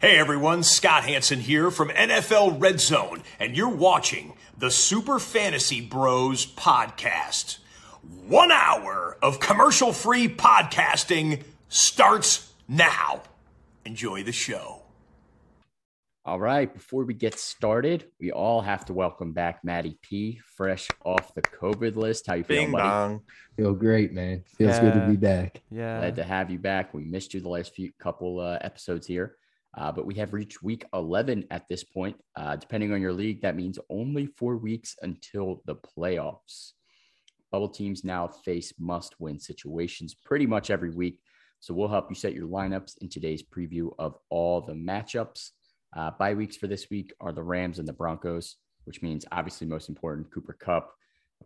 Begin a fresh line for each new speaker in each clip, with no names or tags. Hey everyone, Scott Hanson here from NFL Red Zone, and you're watching the Super Fantasy Bros podcast. One hour of commercial free podcasting starts now. Enjoy the show.
All right, before we get started, we all have to welcome back Maddie P, fresh off the COVID list. How you feeling,
Bing
buddy?
bong.
Feel great, man. Feels good to
Yeah.
be back.
Yeah.
Glad to have you back. We missed you the last few couple uh, episodes here, uh, but we have reached week 11 at this point. Uh, depending on your league, that means only four weeks until the playoffs. Bubble teams now face must win situations pretty much every week. So we'll help you set your lineups in today's preview of all the matchups. Uh, bye weeks for this week are the Rams and the Broncos, which means obviously most important Cooper Cup,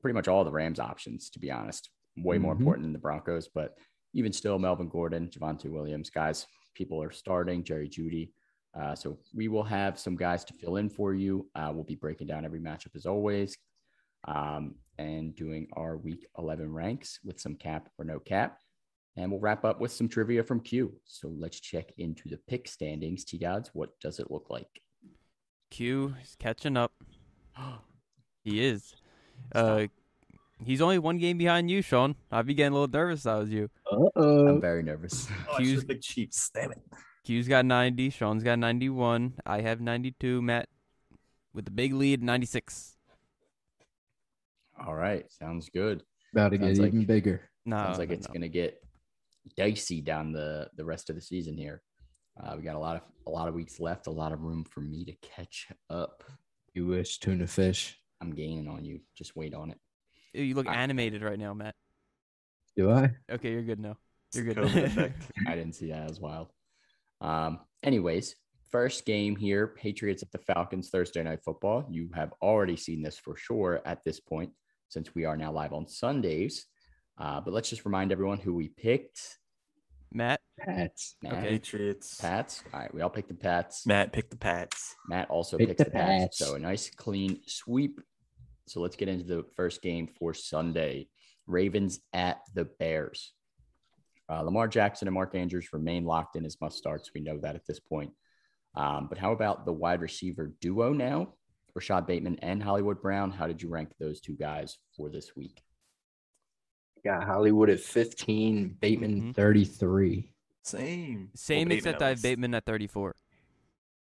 pretty much all the Rams options, to be honest. Way more
Mhm.
important than the Broncos, but even still, Melvin Gordon, Javante Williams, guys, people are starting, Jerry Judy. Uh, so we will have some guys to fill in for you. Uh, we'll be breaking down every matchup as always um, and doing our week 11 ranks with some cap or no cap. And we'll wrap up with some trivia from Q. So let's check into the pick standings. T Gods, what does it look like?
Q is catching up. He is. Uh, he's only one game behind you, Sean. I'd be getting a little nervous if I was you.
Uh
I'm
oh.
very nervous.
Oh, it's
Hughes-
the big Chiefs. Damn it.
Q's got 90. Sean's got 91. I have 92. Matt with the big lead, 96.
All right. Sounds good.
About to get
Sounds like-
even bigger.
No,
Sounds like
no,
it's
no.
going to get dicey down the the rest of the season here. Uh, we got a lot of a lot of weeks left, a lot of room for me to catch up.
You wish tuna fish.
I'm gaining on you. Just wait on it.
Ew, You look
I-
animated right now, Matt.
Do I?
Okay, you're good now.
It's
You're
the
good.
COVID effect.
I didn't see that as wild. Um, anyways, first game here, Patriots at the Falcons Thursday night football. You have already seen this for sure at this point, since we are now live on Sundays. Uh, but let's just remind everyone who we picked.
Matt,
Pats.
Matt,
Okay.
Patriots.
Pats. All right, we all picked the Pats.
Matt picked the Pats.
Matt also
Pick
picks
the
the Pats.
Pats.
So a nice clean sweep. So let's get into the first game for Sunday. Ravens at the Bears. Uh, Lamar Jackson and Mark Andrews remain locked in as must starts. We know that at this point. Um, but how about the wide receiver duo now? Rashad Bateman and Hollywood Brown. How did you rank those two guys for this week?
Got Hollywood at 15, Bateman
Mhm.
33.
Same.
same
Well, Bateman
except
at
I have
least.
Bateman at 34.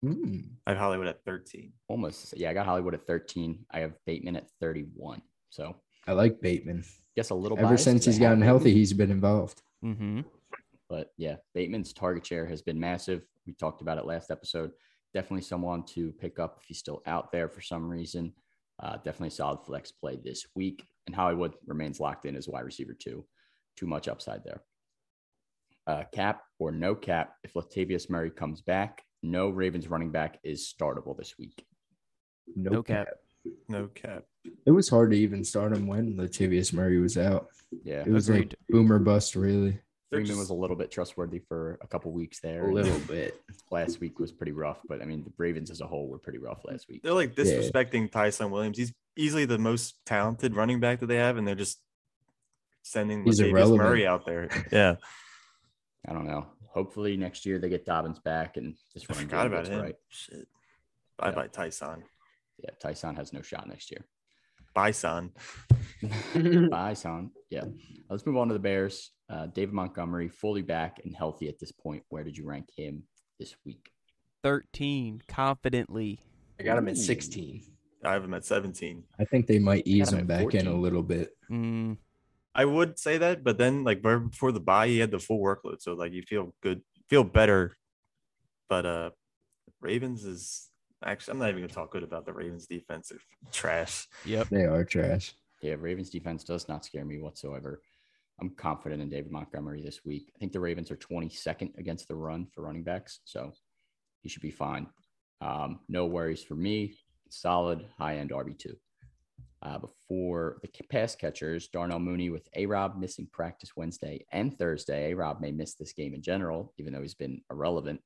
Hmm.
I have Hollywood at 13.
Almost. Yeah, I got Hollywood at 13. I have Bateman at 31. So
I like Bateman.
guess a little
Ever
biased
since
'cause I
he's
have
gotten
Bateman.
healthy, he's been involved.
Mm-hmm.
But yeah, Bateman's target share has been massive. We talked about it last episode. Definitely someone to pick up if he's still out there for some reason. Uh, definitely solid flex play this week. And Hollywood remains locked in as wide receiver two. Too much upside there. Uh, cap or no cap, if Latavius Murray comes back, no Ravens running back is startable this week.
No,
No
cap.
cap.
No cap.
It was hard to even start him when Latavius Murray was out.
Yeah.
It was
Agreed.
like boomer bust, really.
They're
Freeman
just-
was a little bit trustworthy for a couple weeks there.
A little bit.
Last week was pretty rough, but I mean, the Ravens as a whole were pretty rough last week.
They're like
Yeah.
disrespecting Tyson Williams. He's easily the most talented running back that they have, and they're just sending
He's
Latavius
irrelevant.
Murray out there. Yeah.
I don't know. Hopefully next year they get Dobbins back and this
I
running
forgot
game
about
gets
him.
right.
Shit. Bye bye, Tyson.
Yeah, Tyson has no shot next year.
Bye, son.
Bye, son. Yeah. Let's move on to the Bears. Uh, David Montgomery, fully back and healthy at this point. Where did you rank him this week?
13 confidently.
I got him
Ooh.
at 16.
I have him at 17.
I think they might ease
him
him
at
back in a
14.
little bit.
Mm,
I would say that, but then like right before the buy, he had the full workload, so like you feel good, feel better. But uh, Ravens is actually I'm not even gonna talk good about the Ravens defense. They're trash.
yep.
They are trash.
Yeah, Ravens defense does not scare me whatsoever. I'm confident in David Montgomery this week. I think the Ravens are 22nd against the run for running backs, so he should be fine. Um, no worries for me. Solid high end RB2. Uh, before the ca- pass catchers, Darnell Mooney with A Rob missing practice Wednesday and Thursday. A Rob may miss this game in general, even though he's been irrelevant.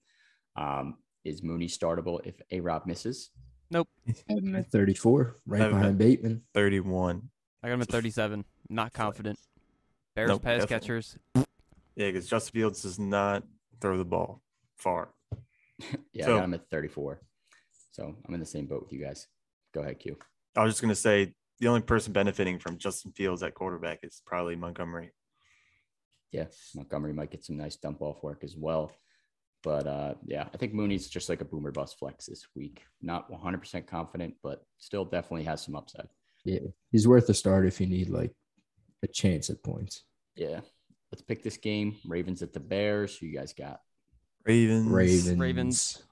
Um, is Mooney startable if A Rob misses?
Had him at 34, right
Have him at-
behind Bateman.
31.
I got him at 37. Not confident. Bears
Nope,
pass
definitely.
catchers.
Yeah, because Justin Fields does not throw the ball far.
Yeah,
So-
I'm at 34. So I'm in the same boat with you guys. Go ahead, Q.
I was just gonna say the only person benefiting from Justin Fields at quarterback is probably Montgomery.
Yeah, Montgomery might get some nice dump off work as well. But uh, yeah, I think Mooney's just like a boomer bust flex this week. Not 100% confident, but still definitely has some upside.
He's worth a start if you need like a chance at points.
Yeah. Let's pick this game. Ravens at the Bears. Who you guys got?
Ravens.
Ravens.
Ravens.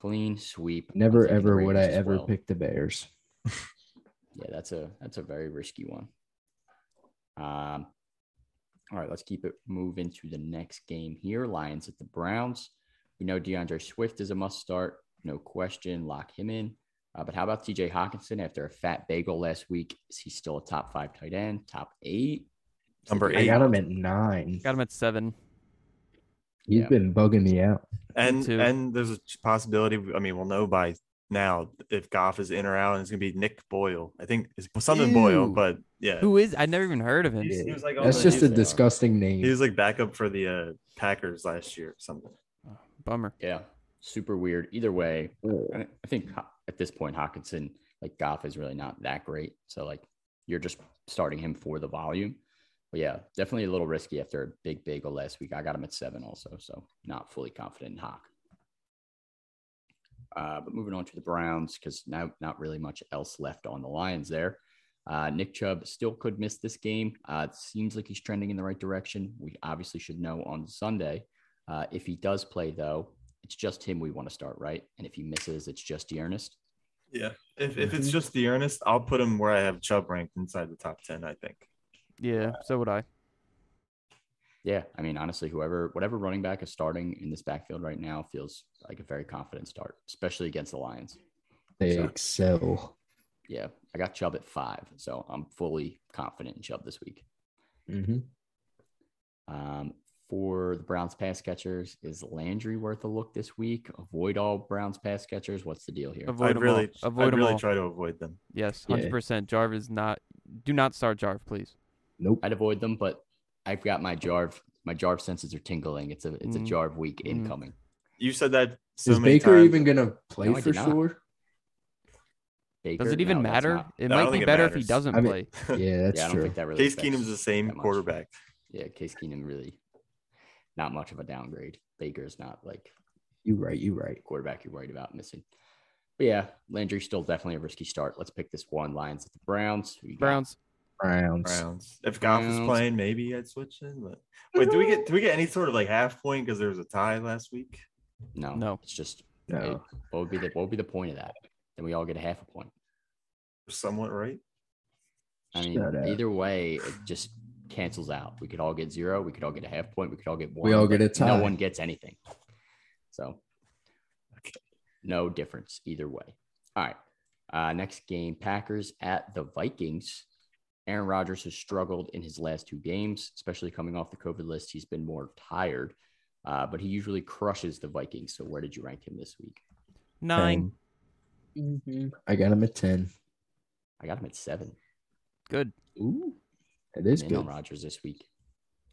Clean sweep. I'm
Never
taking the
ever would I
Ravens as
ever
well.
pick the Bears.
Yeah, that's a that's a very risky one. Um, all right, let's keep it moving to the next game here. Lions at the Browns. We know DeAndre Swift is a must start, no question. Lock him in. Uh, but how about T.J. Hawkinson after a fat bagel last week? Is he still a top five tight end? Top eight?
Number
I
eight.
got him at nine.
Got him at seven.
He's
Yeah.
been bugging me out.
And
too.
and there's a possibility. I mean, we'll know by now if Goff is in or out, and it's gonna be Nick Boyle. I think it's something Boyle,
Ew.
but yeah,
Who is? I never even heard of him.
He was like,
That's
oh,
just
he
a
was-
disgusting name.
he was like backup for the uh, Packers last year or something.
Oh, bummer.
Yeah, super weird. Either way, I I think Ho- at this point, Hawkinson, like Goff, is really not that great. So, like, you're just starting him for the volume. But yeah, definitely a little risky after a big bagel last week. I got him at seven also. So, not fully confident in Hawk. Uh, but moving on to the Browns, because now not really much else left on the Lions there. Uh, Nick Chubb still could miss this game. Uh, it seems like he's trending in the right direction. We obviously should know on Sunday. Uh, if he does play, though, it's just him we want to start, right? And if he misses, it's just Dearness.
Yeah. If, if it's just the earnest, I'll put him where I have Chubb ranked inside the top 10, I think.
Yeah, so would I.
Yeah, I mean, honestly, whoever, whatever running back is starting in this backfield right now feels like a very confident start, especially against the Lions.
they
so-
excel.
Yeah, I got Chubb at five, so I'm fully confident in Chubb this week. Mm-hmm. Um, for the Browns pass catchers, is Landry worth a look this week? Avoid all Browns pass catchers. What's the deal here?
Avoid
I'd
them
really,
all. Avoid
I'd
them
really
all.
try to avoid them.
Yes,
Yeah.
hundred percent. Jarv is not. Do not start Jarv, please.
Nope.
I'd avoid them, but I've got my Jarv. My Jarv senses are tingling. It's a it's a
Mm.
Jarv week
Mm.
incoming.
You said that so
Is
many
Baker
times.
even gonna play
No, I
for
did not.
sure?
Baker,
Does it even
no, that's
matter?
not-
It
No, I
might
don't
be
think it
better if he
matters.
doesn't
I mean-
play.
Yeah, that's
yeah, I don't
true.
think that really.
Case
affects-
Keenum's the same
that much.
quarterback.
Yeah, Case Keenum really not much of a downgrade. Baker's not like
you right. You right.
quarterback you're worried about missing. But yeah, Landry's still definitely a risky start. Let's pick this one. Lions at the Browns. Who you got?
Browns.
Browns.
Browns. If Goff is
Browns.
playing, maybe I'd switch in. But wait, do we get do we get any sort of like half point because there was a tie last week?
No,
No.
It's just hey,
No.
what would be the what would be the point of that? Then we all get a half a point.
Somewhat right.
I mean,
Shut up.
either way, it just cancels out. We could all get zero. We could all get a half point. We could all get one.
We all
but
get a
No
tie.
one gets anything. So, no difference either way. All right. Uh, next game Packers at the Vikings. Aaron Rodgers has struggled in his last two games, especially coming off the COVID list. He's been more tired, uh, but he usually crushes the Vikings. So, where did you rank him this week?
Nine.
Mm-hmm.
I got him at ten.
I got him at seven.
Good.
Ooh, it is
I'm in on
good.
Rodgers this week.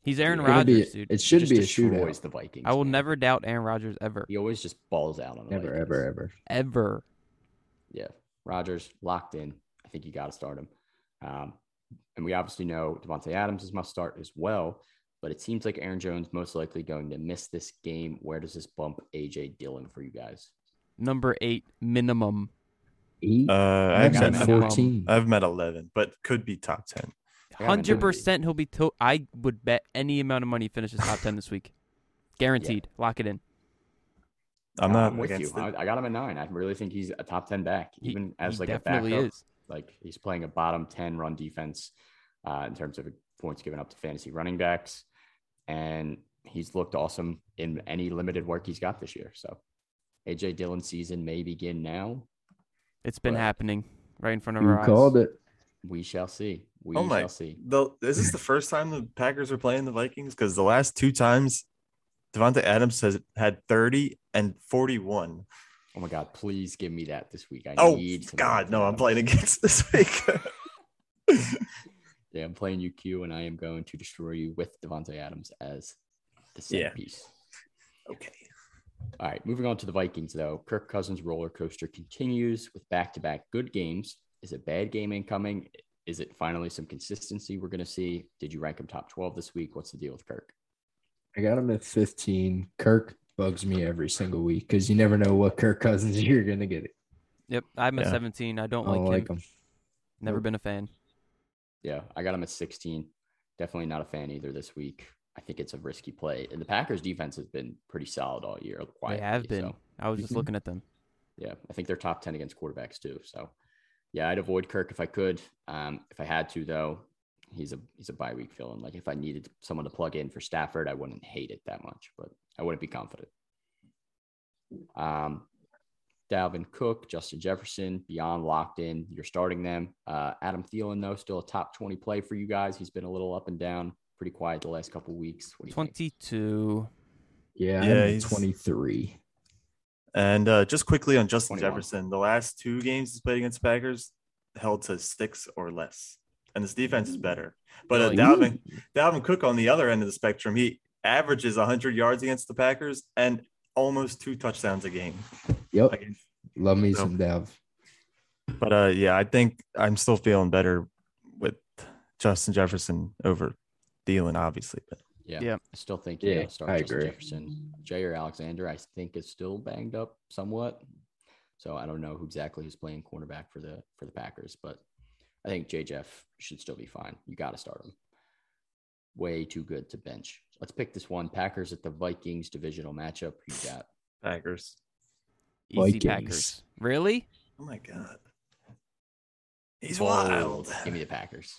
He's Aaron
It's gonna be-
Rodgers, dude.
It should
Just
be a
destroys
shootout.
the Vikings.
I will
man.
never doubt Aaron Rodgers ever,
He always just balls out on the
Never,
Vikings.
ever, ever.
ever.
Yeah, Rogers locked in. I think you got to start him. Um, and we obviously know Devontae Adams is must start as well. But it seems like Aaron Jones most likely going to miss this game. Where does this bump AJ Dillon for you guys?
Number eight minimum.
Eight.
Uh,
I
I've
got him
got
at
met,
him.
fourteen.
I've met eleven, but could be top
I got
ten.
him at number
Hundred
eight.
percent. He'll be. To- I would bet any amount of money he finishes top ten this week. Guaranteed. Lock it in.
I'm
Uh,
not
with you.
against it.
I, I got him at nine. I really think he's a top ten back,
He-
even as
he
like a backup.
definitely is.
Like he's playing a bottom ten run defense uh, in terms of points given up to fantasy running backs, and he's looked awesome in any limited work he's got this year. So AJ Dillon season may begin now.
It's been
But-
happening right in front of
You
our eyes.
called it.
We shall see. We
Oh my-
shall see.
The, is this the first time the Packers are playing the Vikings? Because the last two times, Devonta Adams has had 30 and 41.
Oh my God! Please give me that this week. I
Oh
need. some
God, no! I'm
Adams.
playing against this week.
Yeah, I'm playing UQ, and I am going to destroy you with Devontae Adams as the
Yeah.
centerpiece.
okay,
All right, moving on to the Vikings, though. Kirk Cousins' roller coaster continues with back to back good games. Is a bad game incoming? Is it finally some consistency we're going to see? Did you rank him top 12 this week? What's the deal with Kirk?
I got him at 15. Kirk bugs me every single week because you never know what Kirk Cousins you're going to get. It.
Yep, I'm at
Yeah.
17. I don't
I don't
like him.
like him.
Never
Nope.
been a fan.
Yeah, I got him at 16. Definitely not a fan either this week. I think it's a risky play. And the Packers' defense has been pretty solid all year.
they
quietly,
have been.
so-
I was just
Mhm.
looking at them.
Yeah, I think they're top 10 against quarterbacks too. So, yeah, I'd avoid Kirk if I could. Um, if I had to, though, he's a he's a bye week fill in. Like if I needed someone to plug in for Stafford, I wouldn't hate it that much, but I wouldn't be confident. Um, Dalvin Cook, Justin Jefferson, beyond locked in. You're starting them. Uh, Adam Thielen, though, still a top 20 play for you guys. He's been a little up and down, pretty quiet the last couple weeks. What do you think?
22.
Yeah,
Yeah,
yeah
he's-
23.
And uh, just quickly on Justin
21.
Jefferson, the last two games he's played against Packers held to six or less, and his defense is better. But uh,
Really?
Dalvin Dalvin Cook on the other end of the spectrum, he averages 100 yards against the Packers and almost two touchdowns a game.
Yep.
Like,
Love me
so-
some Dav.
But uh, yeah, I think I'm still feeling better with Justin Jefferson over Thielen, obviously. But
Yeah.
Yeah.
I still think you
Yeah,
gotta start
I
Justin
agree.
Jefferson. Jair Alexander, I think, is still banged up somewhat. So I don't know who exactly who's playing cornerback for the for the Packers, but I think J Jeff should still be fine. You gotta start him. Way too good to bench. Let's pick this one. Packers at the Vikings divisional matchup. Who You got
Packers.
Easy
Vikings.
Packers. Really?
Oh my God. He's
Bold.
wild.
Give me the Packers.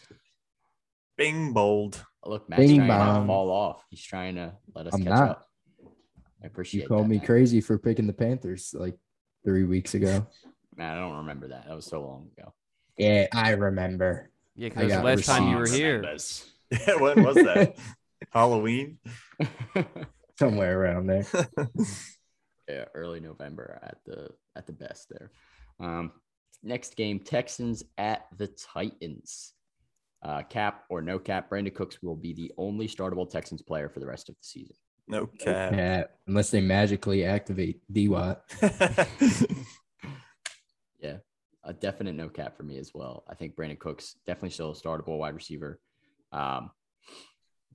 Bing bold.
Look, Matt's
Bing
trying to
bong.
fall off. He's trying to let us
I'm
catch
not.
up. I appreciate
You called
that,
me
Matt.
crazy for picking the Panthers like three weeks ago.
Matt, I don't remember that. That was so long ago.
yeah, I remember.
Yeah,
I
because last
got
time you were
receipts.
here.
Yeah, when was that? Halloween?
Somewhere around there.
yeah, uh, early November at the at the best there. Um, next game, Texans at the Titans. Uh, cap or no cap, Brandon Cooks will be the only startable Texans player for the rest of the season.
No cap.
Yeah, unless they magically activate D Watt.
Yeah, a definite no cap for me as well. I think Brandon Cooks definitely still a startable wide receiver. Um,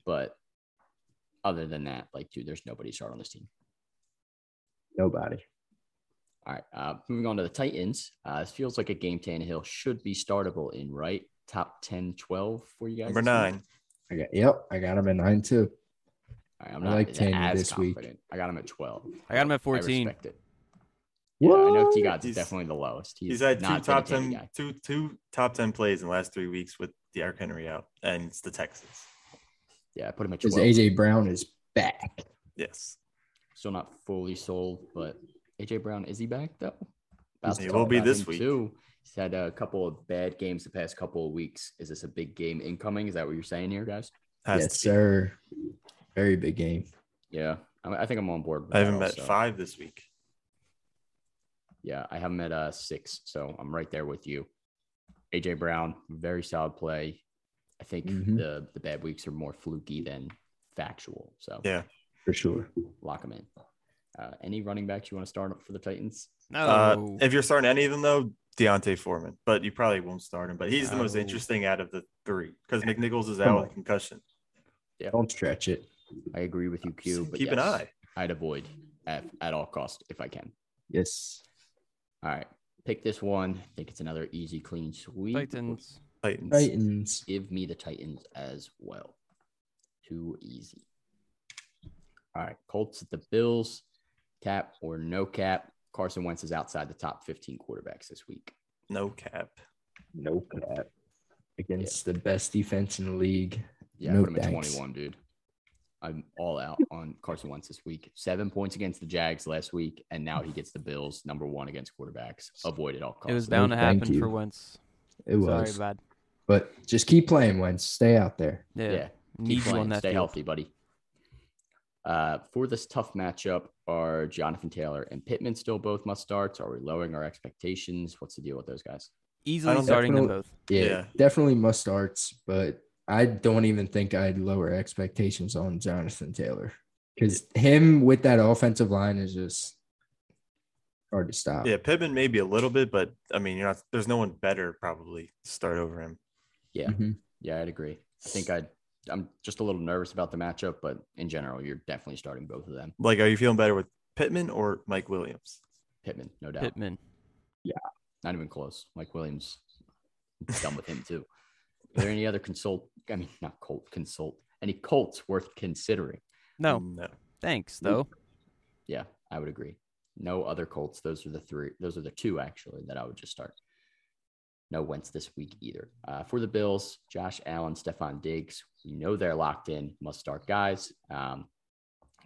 but other than that, like, dude, there's nobody to start on this team.
Nobody.
All right. Uh, moving on to the Titans. Uh, this feels like a game Tannehill should be startable in, right? Top 10, 12 for you guys.
Number
this week?
nine.
I got yep, I got him at nine too.
All right, I'm
I
not
like Taney
as
this week.
confident. I got him at 12.
I got him at 14.
respect it. Yeah, I know T
What?
God's is
He's-
definitely the lowest. He's,
He's had two
not
top
been a Taney
ten,
guy.
two two top ten plays in the last three weeks with Derrick Henry out, and it's the Texans.
Yeah, I put him at
Because
12.
AJ Brown is back.
Yes,
Still not fully sold, but AJ Brown, is he back though? About to
He
talk
will be
about
this
him,
week.
Too. He's had a couple of bad games the past couple of weeks. Is this a big game incoming? Is that what you're saying here, guys?
Has to
yes,
be.
sir. Very big game.
Yeah, I, I think I'm on board. With
I have
that
him at
also.
five this week.
Yeah, I have him at uh, six, so I'm right there with you. AJ Brown, very solid play. I think
Mhm.
the the bad weeks are more fluky than factual. So
Yeah.
For sure.
lock him in. Uh, any running backs you want to start up for the Titans?
No.
Uh, if you're starting any of them though, Deontay Foreman, but you probably won't start him. But he's the most
Oh.
interesting out of the three because McNichols is
Come
out
on.
with concussion.
Don't stretch it.
I agree with you, Q.
So
But
keep an
yes,
eye.
I'd avoid at, at all cost if I can.
Yes.
All right, pick this one. I think it's another easy, clean sweep.
Titans.
Titans.
Titans.
give me the Titans as well. Too easy. All right, Colts at the Bills, cap or no cap. Carson Wentz is outside the top 15 quarterbacks this week.
No cap.
No cap. Against the best defense in the league.
Yeah,
No
put him at
thanks.
21, dude. I'm all out on Carson Wentz this week. Seven points against the Jags last week, and now he gets the Bills, number one against quarterbacks. Avoid at all costs.
It was
down-
bound to
thank
happen for
you.
Wentz.
It
Sorry,
was.
bad.
but just keep playing, Wentz. Stay out there.
Yeah.
yeah.
Need
Keep
you on
playing.
that
Stay
field.
healthy, buddy. Uh, for this tough matchup, are Jonathan Taylor and Pittman still both must starts? Are we lowering our expectations? What's the deal with those guys?
Easily
don't
starting them
definitely-
both.
Yeah,
Yeah.
definitely must starts, but I don't even think I'd lower expectations on Jonathan Taylor. because him with that offensive line is just hard to
Uh.
stop.
Yeah, Pittman maybe a little bit, but I mean, you're not. There's no one better probably to start over him.
Yeah.
Mhm.
Yeah, I'd agree. I think I'd, I'm just a little nervous about the matchup, but in general, you're definitely starting both of them.
Like, are you feeling better with Pittman or Mike Williams?
Pittman, no doubt.
Pittman.
Not even close. Mike Williams, done with him too. Are there any other consult? I mean, not Colt, consult. Any Colts worth considering?
No,
no.
thanks
Nope.
though.
Yeah, I would agree. No other Colts. Those are the three. Those are the two actually that I would just start. No Wentz this week either. Uh, for the Bills, Josh Allen, Stefan Diggs. We know they're locked in. Must start guys. Um,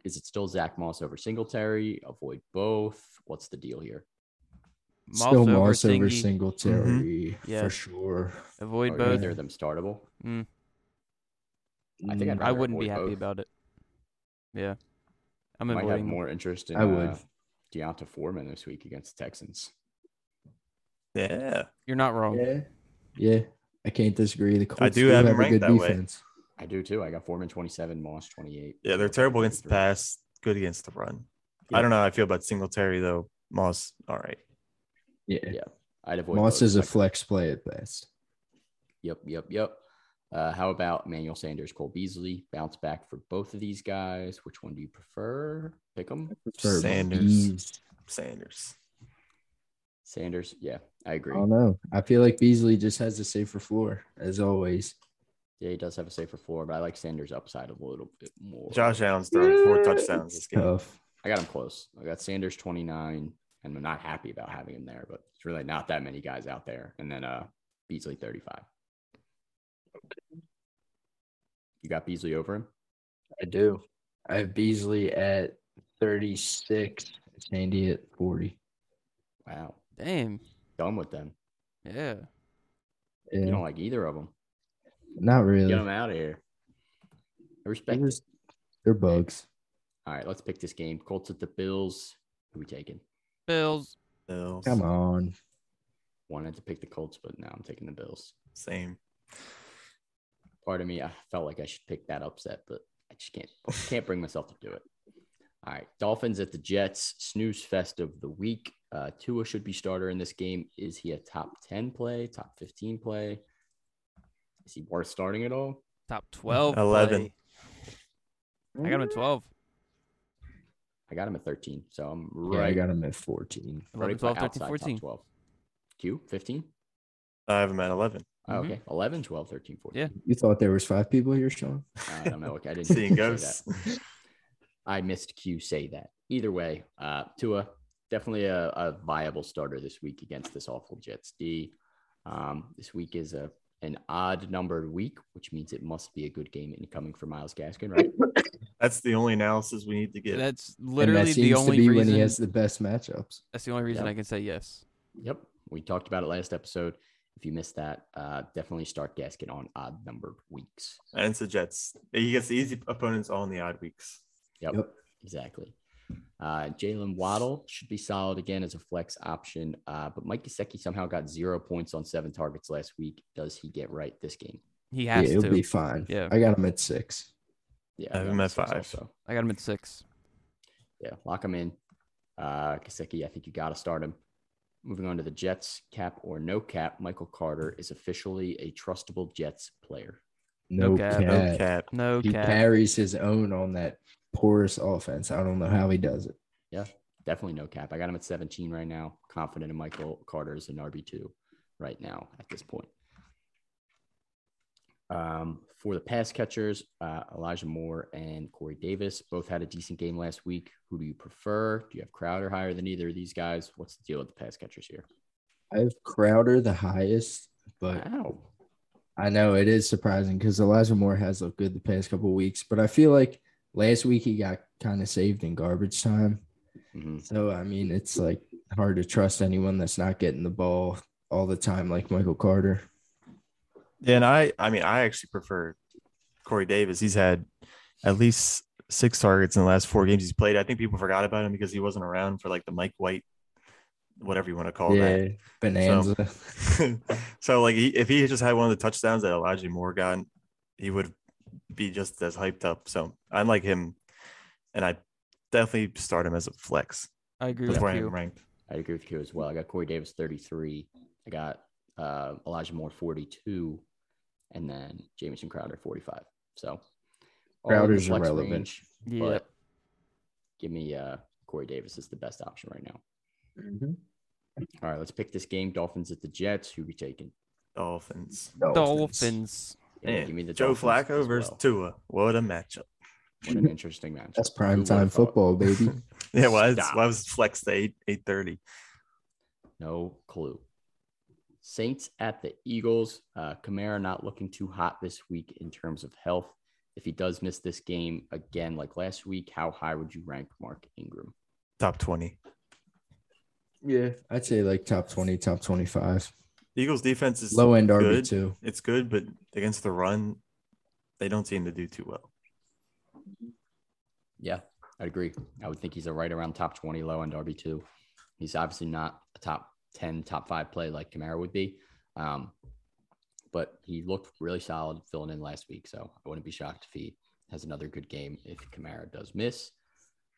is it still Zach Moss over Singletary? Avoid both. What's the deal here?
Moss
Still
over
Moss over
Singy.
Singletary
Mm-hmm.
Yeah.
for sure.
Avoid
Are
both.
either of them startable? I think
Mm,
I'd
I
rather
wouldn't be
avoid
happy
both.
about it. Yeah, I'm
Might have
avoiding.
more interest in.
I would.
Uh, Deonta Foreman this week against the Texans.
Yeah.
You're not wrong.
Yeah, yeah. I can't disagree. The Colts
do have him
a
ranked
good
that way.
defense.
I do too. I got Foreman 27, Moss 28.
Yeah, they're
Foreman
terrible against the
23.
pass, good against the run.
Yeah.
I don't know how I feel about Singletary though. Moss, all right.
Yeah,
I'd avoid
Moss
both.
is a
Like,
flex play at best.
Yep, yep, yep. Uh, how about Manuel Sanders, Cole Beasley? Bounce back for both of these guys. Which one do you prefer? Pick them.
For
Sanders.
Bees.
Sanders.
Sanders. Yeah, I
I
agree.
don't know. I feel like Beasley just has a safer floor as always.
yeah, he does have a safer floor, but I like Sanders' upside a little bit more.
Josh Allen's throwing four touchdowns this game.
Tough.
I got him close. I got Sanders 29, and I'm not happy about having him there, but it's really not that many guys out there. And then uh Beasley 35. You got Beasley over him?
I do. I have Beasley at thirty six. Sandy at forty.
Wow.
Damn.
Done with them.
Yeah.
You
Yeah,
don't like either of them.
not
Get
really.
them out of here. I respect
They're
it.
just- they're bugs.
All right, let's pick this game. Colts at the Bills. Who we taking?
Bills.
Bills,
Come on.
Wanted to pick the Colts, but now I'm taking the Bills.
Same.
Part of me, I felt like I should pick that upset, but I just can't can't bring myself to do it. All right, Dolphins at the Jets. Snooze fest of the week. Uh, Tua should be starter in this game. Is he a top ten play? Top fifteen play? Is he worth starting at all?
Top twelve.
11.
play. I got him
Mm-hmm.
at twelve.
I got him at thirteen, so I'm
Yeah, I
right.
got him at fourteen.
11,
right
12, 13,
outside top
14.
12. Q, 15?
I have him at eleven.
Oh,
Mm-hmm.
Mhm.
okay. 11, 12, 13, 14.
Yeah.
You thought there was five people here, Sean?
Uh, I don't know. Okay, I didn't
Seeing
say that.
ghosts.
I missed Q say that. Either way, uh, Tua definitely a, a viable starter this week against this awful Jets D. Um, this week is a an odd numbered week, which means it must be a good game incoming for Miles Gaskin, right?
That's the only analysis we need to get.
That's literally
and that seems
the only
to be
reason.
when he has the best matchups.
That's the only reason
Yeah.
I can say yes.
yep. We talked about it last episode. If you missed that, uh, definitely start Gaskin on odd numbered weeks.
and it's the Jets. He gets the easy opponents all in the odd weeks.
Yep.
Yep.
Exactly. Uh, Jalen Waddle should be solid again as a flex option, uh, but Mike Gesicki somehow got zero points on seven targets last week. Does he get right this game?
He
Yeah,
has
it'll
to.
be fine.
Yeah.
I got him at six.
Yeah,
I have
got
him at
six
five.
also.
I got him at six.
Yeah, lock him in. Uh, Gesicki, I think you got to start him. Moving on to the Jets, cap or no cap, Michael Carter is officially a trustable Jets player.
No,
No cap.
cap.
No cap.
No
He
cap.
carries his own on that porous offense. I don't know how he does it.
Definitely no cap. I got him at 17 right now. Confident in Michael Carter as an RB2 right now at this point. Um, for the pass catchers, uh, Elijah Moore and Corey Davis both had a decent game last week. Who do you prefer? Do you have Crowder higher than either of these guys? What's the deal with the pass catchers here?
I have Crowder the highest, but
Wow.
I know it is surprising because Elijah Moore has looked good the past couple weeks. But I feel like last week he got kind of saved in garbage time.
Mhm.
So I mean, it's like hard to trust anyone that's not getting the ball all the time, like Michael Carter.
Yeah, and I I mean I actually prefer Corey Davis. He's had at least six targets in the last four games he's played. I think people forgot about him because he wasn't around for like the Mike White, whatever you want to call
yeah, bonanza.
that. so like he, if he just had one of the touchdowns that Elijah Moore got, he would be just as hyped up. So I like him and I definitely start him as a flex.
I agree
That's
with
where I
you.
am ranked.
I agree with you as well. I got Corey Davis 33. I got uh, Elijah Moore 42, and then Jamison Crowder 45. So all in the
Crowder's
flex
irrelevant.
range,
Yeah.
but give me uh, Corey Davis is the best option right now. All right, let's pick this game. Dolphins at the Jets. Who we taking?
Dolphins.
Dolphins.
Give me-
Man,
give me the
Joe
Dolphins as
Flacco versus
well.
Tua. What a matchup.
What an interesting match.
That's prime time football, baby.
Yeah, why is,
Stop.
why was flex to eight eight thirty?
No clue. Saints at the Eagles. Uh, Kamara not looking too hot this week in terms of health. If he does miss this game again, like last week, how high would you rank Mark Ingram?
Top twenty.
yeah, I'd say like top twenty, top twenty-five,
Eagles defense is
low end RB
good.
two.
It's good, but against the run, they don't seem to do too well.
Yeah, I'd agree. I would think he's a right around top 20 low end RB2. He's obviously not a top 10, top five play like Kamara would be. Um, but he looked really solid filling in last week. So I wouldn't be shocked if he has another good game if Kamara does miss.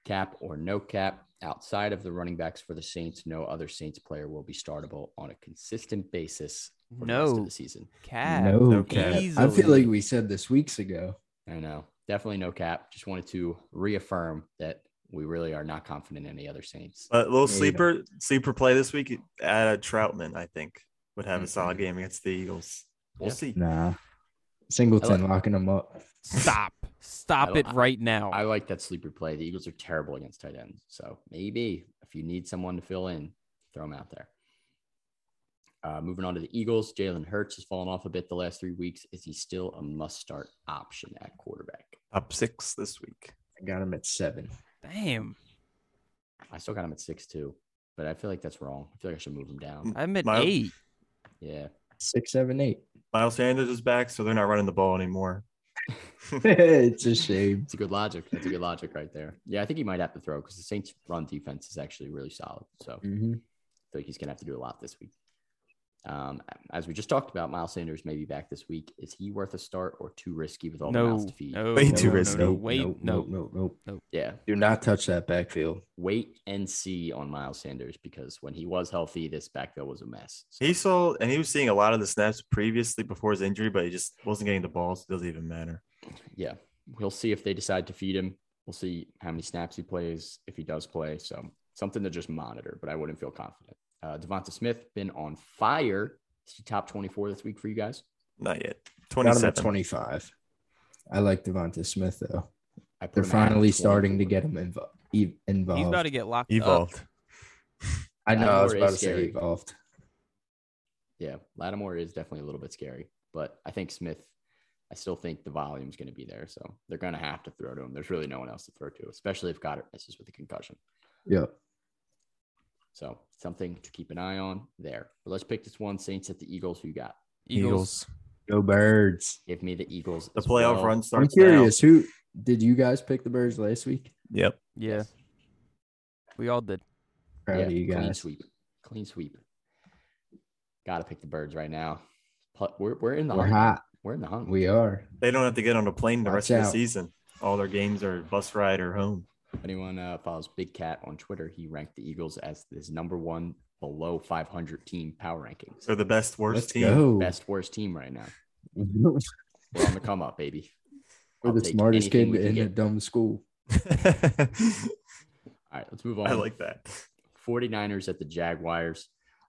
Cap or no cap. Outside of the running backs for the Saints, no other Saints player will be startable on a consistent basis for the rest of
No
the season.
cap.
no
cap.
cap. I feel
Easily.
like we said this weeks ago.
I know. Definitely no cap. Just wanted to reaffirm that we really are not confident in any other Saints.
But little
Yeah, you
sleeper sleeper play this week at a Troutman, I think, would
Mm-hmm.
have a solid
Mhm.
game against the Eagles. We'll
Yeah.
see.
Nah, Singleton
I like-
locking him up.
Stop.
I
Stop
don't-
it right now.
I like that sleeper play. The Eagles are terrible against tight ends. So maybe if you need someone to fill in, throw them out there. Uh, moving on to the Eagles, Jalen Hurts has fallen off a bit the last three weeks. Is he still a must start option at quarterback?
Top six this week.
I got him at seven.
Damn.
I still got him at 6 2, but I feel like that's wrong. I feel like I should move him down.
I'm at
My-
eight.
Yeah.
Six, seven, eight.
Miles Sanders is back, so they're not running the ball anymore.
it's a shame.
It's a good logic. That's a good logic right there. Yeah, I think he might have to throw because the Saints' run defense is actually really solid. So
Mm-hmm.
feel like he's going to have to do a lot this week. Um, as we just talked about, Miles Sanders may be back this week. Is he worth a start or too risky with all the mouths
No.
to feed?
No.
Way
no,
too
no,
risky.
No, no.
Nope,
Wait.
nope,
no.
nope, nope, nope.
Yeah,
Do not touch that backfield.
wait and see on Miles Sanders because when he was healthy, this backfield was a mess. So
He saw and he was seeing a lot of the snaps previously before his injury, but he just wasn't getting the balls. It doesn't even matter.
yeah, we'll see if they decide to feed him. We'll see how many snaps he plays if he does play. So something to just monitor, but I wouldn't feel confident. Uh, Devonta Smith been on fire. Is he top twenty four this week for you guys?
Not yet.
Got him at
27.
25. I like Devonta Smith, though.
I
They're
put him at
finally starting to
24.
get him invo- e- involved.
He's about to get locked up.
Evolved.
I know. I was
Baltimore
about
is
to
scary.
say involved.
Yeah, Lattimore is definitely a little bit scary, but I think Smith. I still think the volume's going to be there, so they're going to have to throw to him. There's really no one else to throw to, especially if Goddard misses with a concussion.
Yeah.
So something to keep an eye on there. But let's pick this one: Saints at the Eagles. Who you got?
Eagles.
Go birds.
Give me the Eagles.
The
as
playoff
well.
run
I'm
starts. now.
curious. Who did you guys pick the birds last week?
Yep.
Yeah. We all did.
Proud of you
clean
guys.
sweep. Clean sweep. Got to pick the birds right now. Put, we're, we're in the
We're
hunt.
hot.
We're in the hunt.
We are.
They don't have to get on a plane the rest
Watch
of the
out.
season. All their games are bus ride or home.
If anyone uh, follows Big Cat on Twitter, he ranked the Eagles as his number one below 500 team power rankings.
They're the best worst
Let's
team.
go.
Best worst team right now.
We're
We're on the come up, baby. I'll
the
take
smartest kid
anything we can
in a
get.
dumb school.
All right, let's move on.
I like that.
49ers at the Jaguars.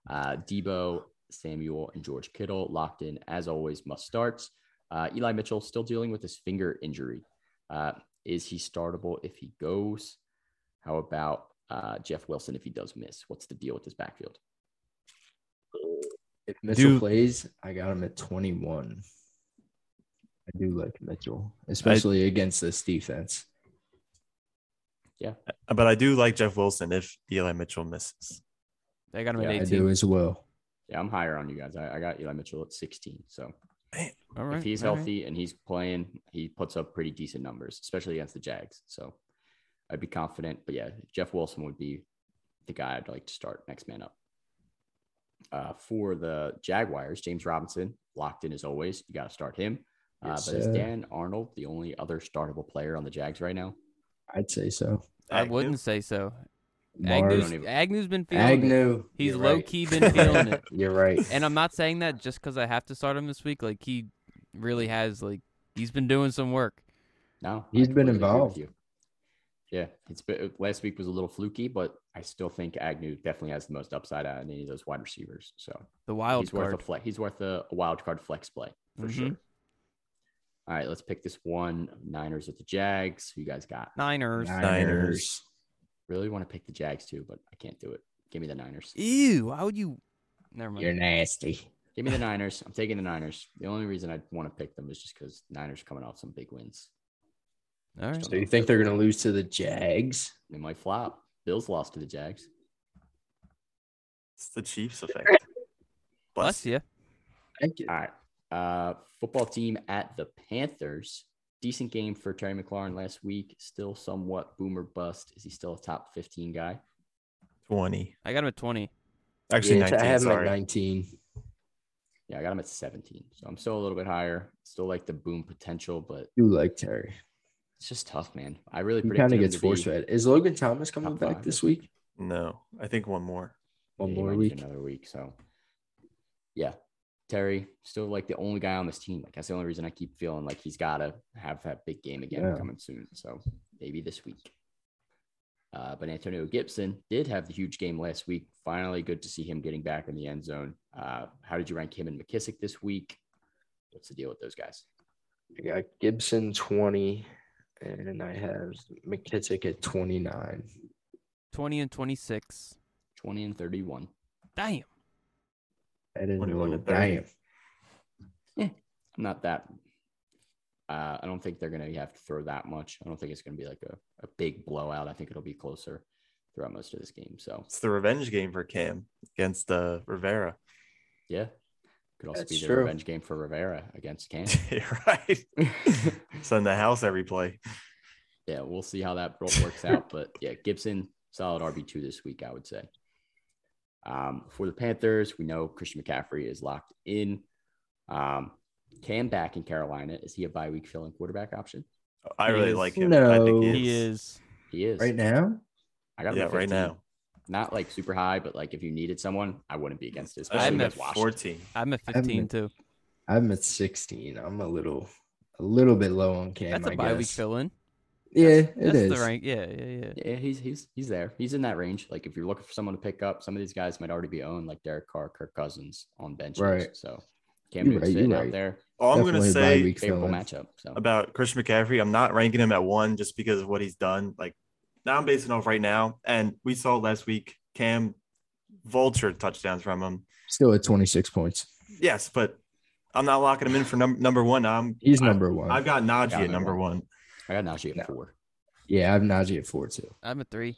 Uh, Debo, Samuel, and George Kittle locked in as always must starts. Uh, Eli Mitchell still dealing with his finger injury. Uh, is he startable if he goes? How about uh, Jeff Wilson if he does miss? What's the deal with this backfield?
If Mitchell
Do-
plays, I got him at 21. I do like Mitchell, especially against this defense.
But I do like Jeff Wilson if Eli Mitchell misses.
They got him
Yeah,
at
I do
18.
as well.
Yeah, I'm higher on you guys. I, I got Eli Mitchell at 16. So
All right.
if he's
all right.
healthy and he's playing, he puts up pretty decent numbers, especially against the Jags. So I'd be confident. But yeah, Jeff Wilson would be the guy I'd like to start next man up. Uh, for the Jaguars, James Robinson locked in as always. You got to start him. Uh,
Yes,
but is
sir.
Dan Arnold the only other startable player on the Jags right now?
I'd say so.
I
Agnew?
wouldn't say so.
I
Agnew's,
don't even-
Agnew's been feeling it.
Agnew.
He's
You're
low
right.
key been feeling it.
You're right.
And I'm not saying that just because I have to start him this week. Like he really has. Like he's been doing some work.
No,
He's
he's
been involved.
You. Yeah, it's been, last week was a little fluky, but I still think Agnew definitely has the most upside out of any of those wide receivers. So
The wild
he's
card.
worth a flex. He's worth a, a wild card flex play for
Mhm.
sure. All right, let's pick this one. Niners at the Jags. Who you guys got?
Niners.
Niners.
Really want to pick the Jags too, but I can't do it. Give me the Niners.
Ew. How would you? Never mind.
You're nasty.
Give me the Niners. I'm taking the Niners. The only reason I want to pick them is just because Niners coming off some big wins.
All right.
So you think they're gonna lose to the Jags?
They might flop. Bills lost to the Jags.
It's the Chiefs effect.
Bless you.
Thank you.
All right. Uh, football team at the Panthers. Decent game for Terry McLaurin last week. Still somewhat boomer bust. Is he still a top 15 guy?
20.
I got him at 20.
Actually,
Yeah,
19.
I have him at
sorry.
19.
Yeah, I got him at 17. So I'm still a little bit higher. Still like the boom potential, but
You like Terry.
it's just tough, man. I really
He
predict
kind of
him
gets
to be-
force fed. Is Logan Thomas coming
top
back
five.
this week?
No, I think one more.
One
Yeah, he
more
might need
week.
Another week. So yeah. Terry, still like the only guy on this team. Like that's the only reason I keep feeling like he's gotta have that big game again
Yeah.
coming soon. So maybe this week. Uh, but Antonio Gibson did have the huge game last week. Finally, good to see him getting back in the end zone. Uh, how did you rank him and McKissick this week? What's the deal with those guys?
I got Gibson 20, and I have McKissick at 29.
20 and 26.
20 and 31.
Damn.
That is a
21 to
little
30.
damn.
I'm not that. Uh, I don't think they're going to have to throw that much. I don't think it's going to be like a, a big blowout. I think it'll be closer throughout most of this game. So,
It's the revenge game for Cam against uh, Rivera.
yeah. Could also
That's
be the
true.
revenge game for Rivera against Cam.
You're right. Send the house every play.
yeah, we'll see how that ro- works out. But yeah, Gibson, solid RB2 this week, I would say. Um, for the Panthers, we know Christian McCaffrey is locked in. Um, Cam back in Carolina. Is he a bye week filling quarterback option?
I
He
really
is-
like him. I
No.
think
He is.
He is.
Right now?
I got him
Yeah,
at 15.
right now.
not like super high, but like if you needed someone, I wouldn't be against it. Especially
I am at
against Washington.
14.
I'm at
haven't
15
been-
too.
I'm at 16. I'm a little a little bit low on Cam.
That's
I
a bye week
guess.
fill in.
Yeah, it is.
That's the rank. Yeah, yeah, yeah.
Yeah, he's he's he's there. He's in that range. Like if you're looking for someone to pick up, some of these guys might already be owned, like Derek Carr, Kirk Cousins on benches.
Right.
So Cam
You're
Newton's
right,
sitting
you're
out
right.
there.
All I'm going
Definitely
to
a bye
say
week
Favorable
fill-in.
matchup. So
about Christian McCaffrey, I'm not ranking him at one just because of what he's done. Like now I'm basing off right now. And we saw last week Cam vulture touchdowns from him.
Still at 26 points.
Yes, but I'm not locking him in for num- number one. I'm
He's
I-
number one.
I've got Najee
Got
at
him
number
at
one.
I got Najee at
No.
four.
yeah, I have Najee at four too.
I'm at three.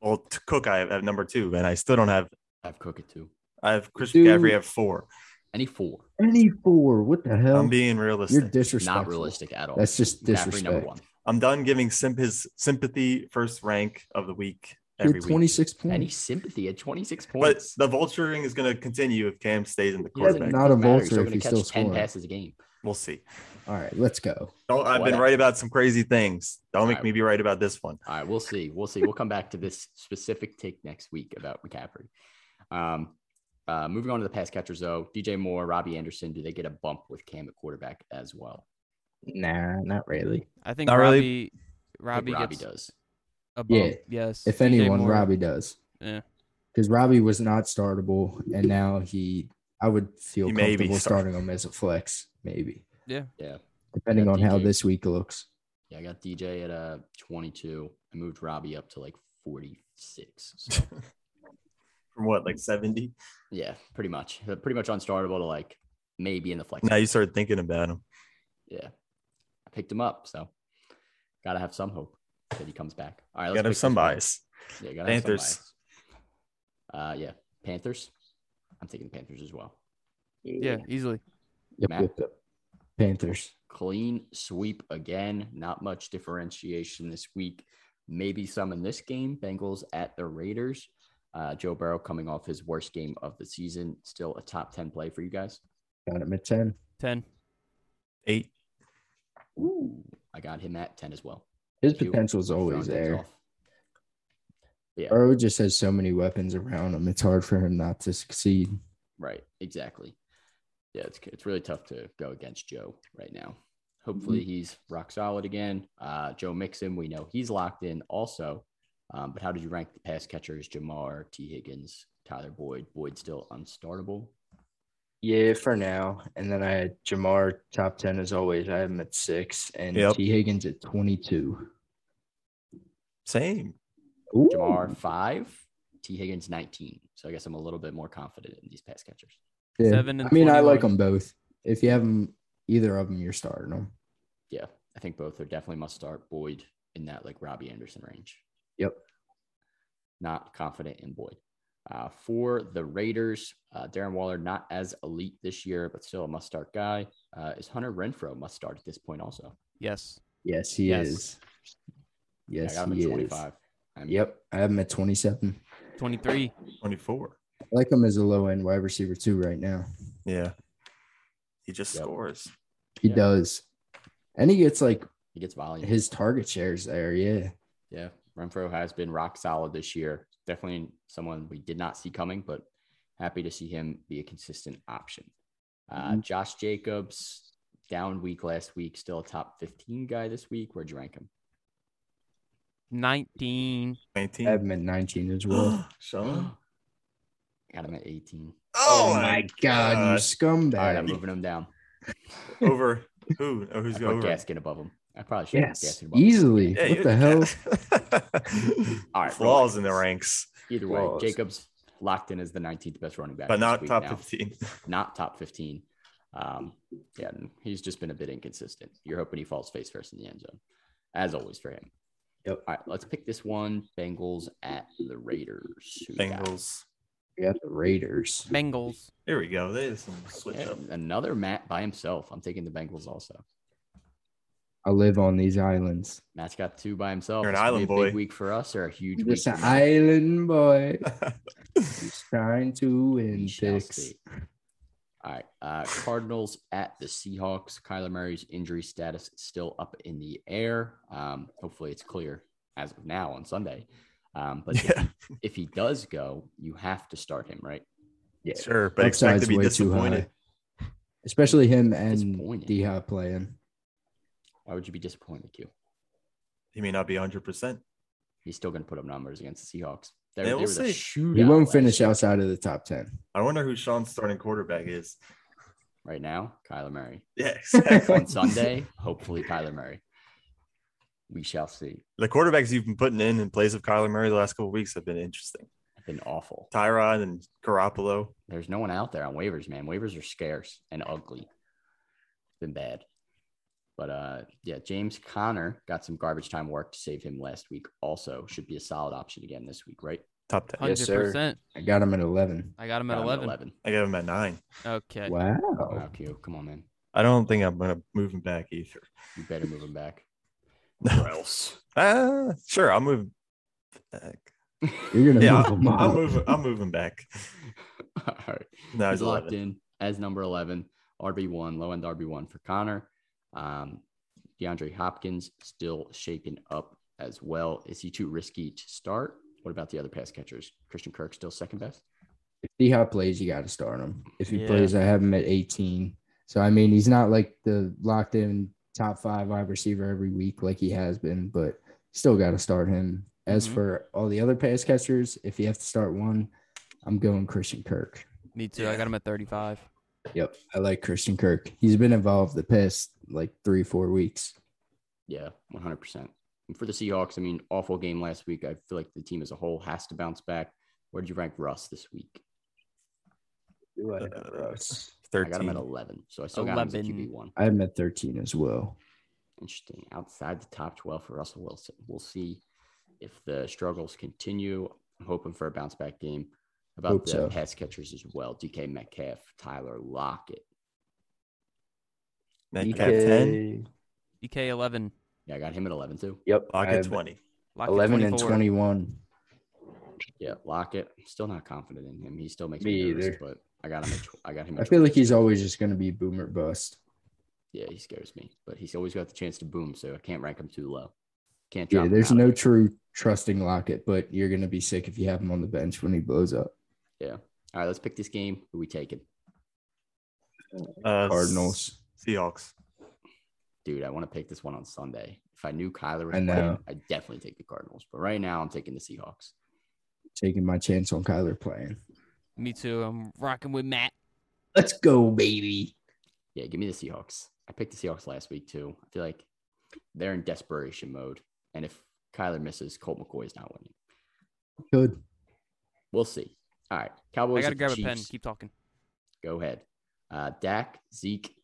Well, t- Cook I have at number two, and I still don't have
I've Cook at two.
I have Christian
Dude.
McCaffrey at four.
Any four.
Any four? What the hell?
I'm being
You're
realistic.
disrespectful.
Not realistic at all.
That's just
McCaffrey number
disrespect.
one.
I'm done giving simp his sympathy first rank of the week
You're
every week.
26
Any
points.
sympathy at 26
But
points.
the vulturing is going to continue if Cam stays in the
He doesn't-
quarterback.
Not a
doesn't matter.
vulture if
gonna
he's
catch
still
10
scoring.
passes a game.
We'll see.
All right, let's go.
Don't, I've been
Whatever.
right about some crazy things. Don't make
Alright.
me be right about this one.
All right, we'll see. We'll see. We'll come back to this specific take next week about McCaffrey. Um, uh, moving on to the pass catchers, though, DJ Moore, Robbie Anderson, do they get a bump with Cam at quarterback as well?
Nah, not really.
I think
Not
Robbie.
really.
I think
Robbie,
Robbie
gets
does.
a bump.
Yeah.
Yes.
If
DJ
anyone,
Moore.
Robbie does.
Yeah.
Because Robbie was not startable, and now he, I would feel
He may be
comfortable
start-
starting him as a flex, maybe,
Yeah.
Yeah,
depending
Yeah,
on how
DJ.
this week looks.
yeah. I got DJ at uh 22. I moved Robbie up to like 46. So,
From what, like 70?
yeah, pretty much. Uh, Pretty much unstartable to like maybe in the flex.
Now you start thinking about him.
Yeah, I picked him up, so gotta have some hope that he comes back. All right,
You
let's
got to
pick
have
this
some
one.
bias.
Yeah, gotta have some
Panthers.
bias. Uh, yeah, Panthers. I'm taking the Panthers as well.
Yeah. Easily.
Yep,
Matt?
yep, yep. Panthers.
Clean sweep again. Not much differentiation this week. Maybe some in this game. Bengals at the Raiders. Uh, Joe Burrow coming off his worst game of the season. Still a top ten play for you guys.
Got him at 10.
Ten.
Eight.
Ooh, I got him at ten as well.
His
You-
potential is always
Sean gets
there.
off. Yeah,
Burrow just has so many weapons around him. It's hard for him not to succeed.
right. Exactly. Yeah, it's it's really tough to go against Joe right now. Hopefully he's rock solid again. Uh, Joe Mixon, we know he's locked in also. Um, but how did you rank the pass catchers? Jamar, T. Higgins, Tyler Boyd. Boyd still unstartable.
Yeah, for now. And then I had Jamar top ten as always. I have him at six, and
Yep.
T Higgins at twenty two.
Same.
Jamar five, T. Higgins nineteen. So I guess I'm a little bit more confident in these pass catchers.
Seven and
I mean, I like
21.
them both. If you have them, either of them, you're starting them.
Yeah, I think both are definitely must start. Boyd in that like Robbie Anderson range.
Yep.
Not confident in Boyd. Uh, for the Raiders, uh, Darren Waller not as elite this year, but still a must start guy. Uh, is Hunter Renfro must start at this point also?
Yes.
Yes, he
Yes.
is.
Yeah,
Yes,
I got him
he
at
is.
25. I'm-
Yep, I have him at twenty seven.
Twenty three.
24.
I like him as a low end wide receiver too right now.
Yeah. He just
Yep.
scores.
He
Yeah.
does, and he gets like
He gets volume.
his target shares there. Yeah.
Yeah, Renfro has been rock solid this year. Definitely someone we did not see coming, but happy to see him be a consistent option. Uh,
Mhm.
Josh Jacobs, down week last week, still a top 15 guy this week. Where'd you rank him?
Nineteen.
19.
I have him at 19 as well.
Sean?
Got him at 18.
oh my God, you
All right, I'm
scumbag.
moving him down.
over who? Oh, who's
I
going
put
over?
Gaskin above him. I probably should have
Yes,
Gaskin above him.
easily.
Yeah,
what
you-
the hell?
All right, relax.
Flaws in the ranks,
Either way,
Flaws.
Jacobs locked in as the 19th best running back.
but
this
not
week
top
now.
15.
not top 15. Um, yeah, and he's just been a bit inconsistent. You're hoping he falls face first in the end zone, as always for him.
Yep.
All right, let's pick this one Bengals at the Raiders. Who we got?
Bengals.
We got the Raiders.
Bengals.
Here we go. There's some switch
Yeah,
up.
another Matt by himself. I'm taking the Bengals also.
I live on these islands.
Matt's got two by himself.
You're an
This could be
island
a Big
boy.
week for us or a huge week.
Just an
for Matt.
island boy. He's trying to
We
win
shall
picks.
see. All right. Uh, Cardinals at the Seahawks. Kyler Murray's injury status is still up in the air. Um, hopefully, it's clear as of now on Sunday. Um, but if,
Yeah,
he, if he does go, you have to start him, right?
Yeah.
sure, but expect
Upside's
to be
way too
disappointed.
high. Especially him and
Disappointed.
D Hop playing.
Why would you be disappointed, Q?
He may not be 100. percent
He's still going to put up numbers against the Seahawks. There,
Yeah,
there
we'll
was a shootout.
He won't finish
last year.
outside of the top 10.
I wonder who Sean's starting quarterback is.
right now. Kyler Murray
Yeah, exactly.
on Sunday. Hopefully, Kyler Murray. We shall see.
the quarterbacks you've been putting in in place of Kyler Murray the last couple of weeks have been interesting.
It's been awful.
Tyrod and Garoppolo.
There's no one out there on waivers, man. Waivers are scarce and ugly. It's been bad. But uh yeah, James Connor got some garbage time work to save him last week. Also, should be a solid option again this week, right?
Top 10.
Hundred
Yes, sir.
percent.
I got him at 11.
I got him at
Got him
eleven.
I got him at nine.
Okay.
Wow.
Wow, Q, come on, man.
I don't think I'm gonna move him back either.
You better move him back.
Or else.
Uh, sure, I'll move back.
You're going to
Yeah,
move him up.
I'll move. I'll move him back.
All right.
No,
He's
he's
locked
11.
in as number 11, RB1, low end RB1 for Connor. Um, DeAndre Hopkins still shaken up as well. Is he too risky to start? What about the other pass catchers? Christian Kirk still second best?
if D Hop plays, you got to start him. If he
Yeah.
plays, I have him at 18. So I mean, he's not like the locked in top five wide receiver every week like he has been, but still got to start him. As
Mhm.
for all the other pass catchers, if you have to start one, I'm going Christian Kirk.
Me too. I got him at thirty five.
Yep, I like Christian Kirk. He's been involved the past like three, four weeks.
Yeah, 100%. And for the Seahawks, I mean, awful game last week. I feel like the team as a whole has to bounce back. Where did you rank Russ this week?
I have Uh, Russ?
I got him at
13.
11. So I still got him as a
11.
QB1.
I have him at 13 as well.
Interesting. Outside the top 12 for Russell Wilson. We'll see if the struggles continue. I'm hoping for a bounce back game. How About
Hope
the
so.
pass catchers as well. DK Metcalf, Tyler Lockett.
Metcalf 10.
DK E eleven.
Yeah, I got him at 11 too.
Yep, I
Lockett
have
20.
Lock at
11 and
24.
21.
Yeah, Lockett. I'm still not confident in him. He still makes
Me
me, nervous,
either.
but I got him. At tw- I got him. At
I feel
12.
like he's always just going to be boomer bust.
yeah, he scares me, but he's always got the chance to boom, so I can't rank him too low. Can't drop
Yeah,
him
there's
out of
no
it.
true trusting Lockett, but you're gonna be sick if you have him on the bench when he blows up.
All right, let's pick this game. Who we taking?
Uh,
Cardinals.
Seahawks.
Dude, I want to pick this one on Sunday. If I knew Kyler was
I
playing,
know.
I'd definitely take the Cardinals. But right now, I'm taking the Seahawks.
Taking my chance on Kyler playing.
Me too. I'm rocking with Matt.
Let's go, baby.
Yeah, give me the Seahawks. I picked the Seahawks last week too. I feel like they're in desperation mode. And if Kyler misses, Colt McCoy is not winning.
Good.
We'll see. All right, Cowboys. at
I gotta
the
grab a pen.
Chiefs.
Keep talking.
Go ahead. Uh, Dak, Zeke,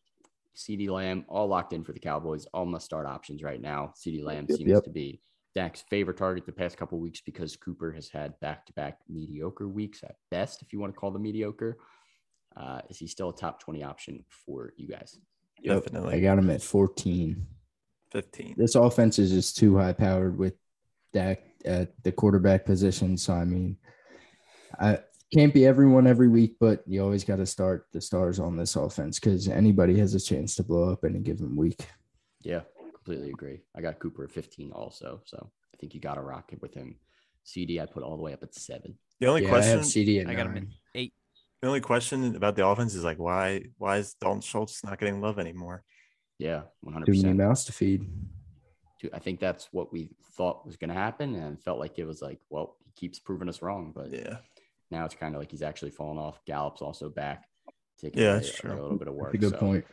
CD Lamb, all locked in for the Cowboys. All must start options right now. CD Lamb
Yep,
seems
yep.
to be Dak's favorite target the past couple weeks because Cooper has had back to back mediocre weeks at best, if you want to call them mediocre. Uh, is he still a top 20 option for you guys?
Yep.
Definitely.
I got him at 14.
15.
This offense is just too high powered with Dak at the quarterback position. So I mean, I can't be everyone every week, but you always got to start the stars on this offense because anybody has a chance to blow up any given week.
Yeah, completely agree. I got Cooper at 15 also. So I think you got to rock it with him. CD, I put all the way up at seven.
The only
yeah, I
question
have CD at
I got him
nine.
at eight.
the only question about the offense is like why why is Dalton Schultz not getting love anymore?
Yeah, 100%.
Too many mouths to feed.
to- I think that's what we thought was going to happen and felt like it was like, well, he keeps proving us wrong. But
Yeah.
now it's kind of like he's actually fallen off. Gallup's also back, taking
Yeah,
away
that's
a-
true.
a little bit of work.
That's a good
So
point.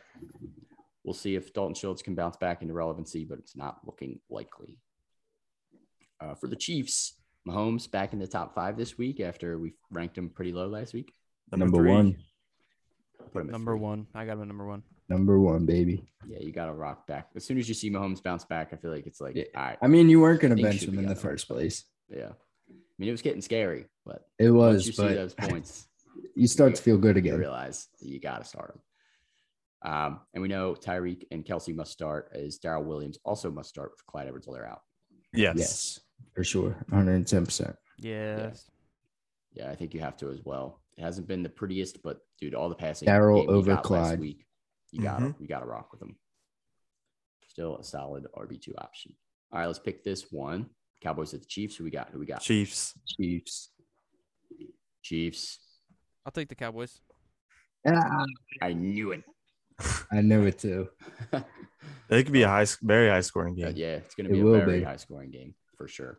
We'll see if Dalton Schultz can bounce back into relevancy, but it's not looking likely. Uh, for the Chiefs, Mahomes back in the top five this week after we ranked him pretty low last week.
Number one.
Put him at
Number
three.
one. I got him at number one.
Number one, baby.
Yeah, you got to rock back. As soon as you see Mahomes bounce back, I feel like it's like,
Yeah.
all right.
I mean, you weren't going to
Think
bench
should
him
be
in the
on the
first place.
Yeah. I mean, it was getting scary, but
It
once
was,
you see
but
those points,
you start to feel good
you
again.
realize that you got to start him. Um, and we know Tyreek and Kelsey must start, as Daryl Williams also must start with Clyde Edwards Helaire out.
Yes.
Yes, for sure. 110%.
Yes.
Yeah, I think you have to as well. It hasn't been the prettiest, but dude, all the passing
Darrell
game we
over
got last
Clyde.
week, you got to you got to rock with them. Still a solid RB two option. All right, let's pick this one. Cowboys at the Chiefs. Who we got? Who we got?
Chiefs.
Chiefs.
Chiefs.
I'll take the Cowboys.
Ah,
I knew it.
I knew it too.
It could be a high, sc- very high scoring
yeah.
game.
yeah, it's going
It
to be a
will
very
be.
high scoring game for sure.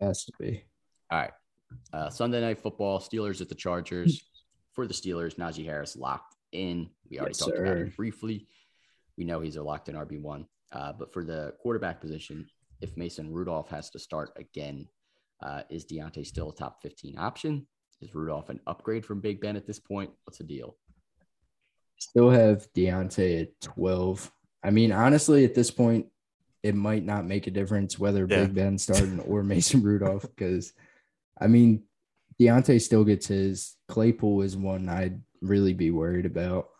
Has to be.
All right. Uh, Sunday night football, Steelers at the Chargers. For the Steelers, Najee Harris locked in. We already
Yes,
talked about
sir.
him briefly. We know he's a locked in RB1. Uh, but for the quarterback position, if Mason Rudolph has to start again, uh, is Deontay still a top 15 option? Is Rudolph an upgrade from Big Ben at this point? What's the deal?
Still have Deontay at 12. I mean, honestly, at this point, it might not make a difference whether
Yeah.
Big Ben started or Mason Rudolph because, I mean, Deontay still gets his. Claypool is one I'd really be worried about.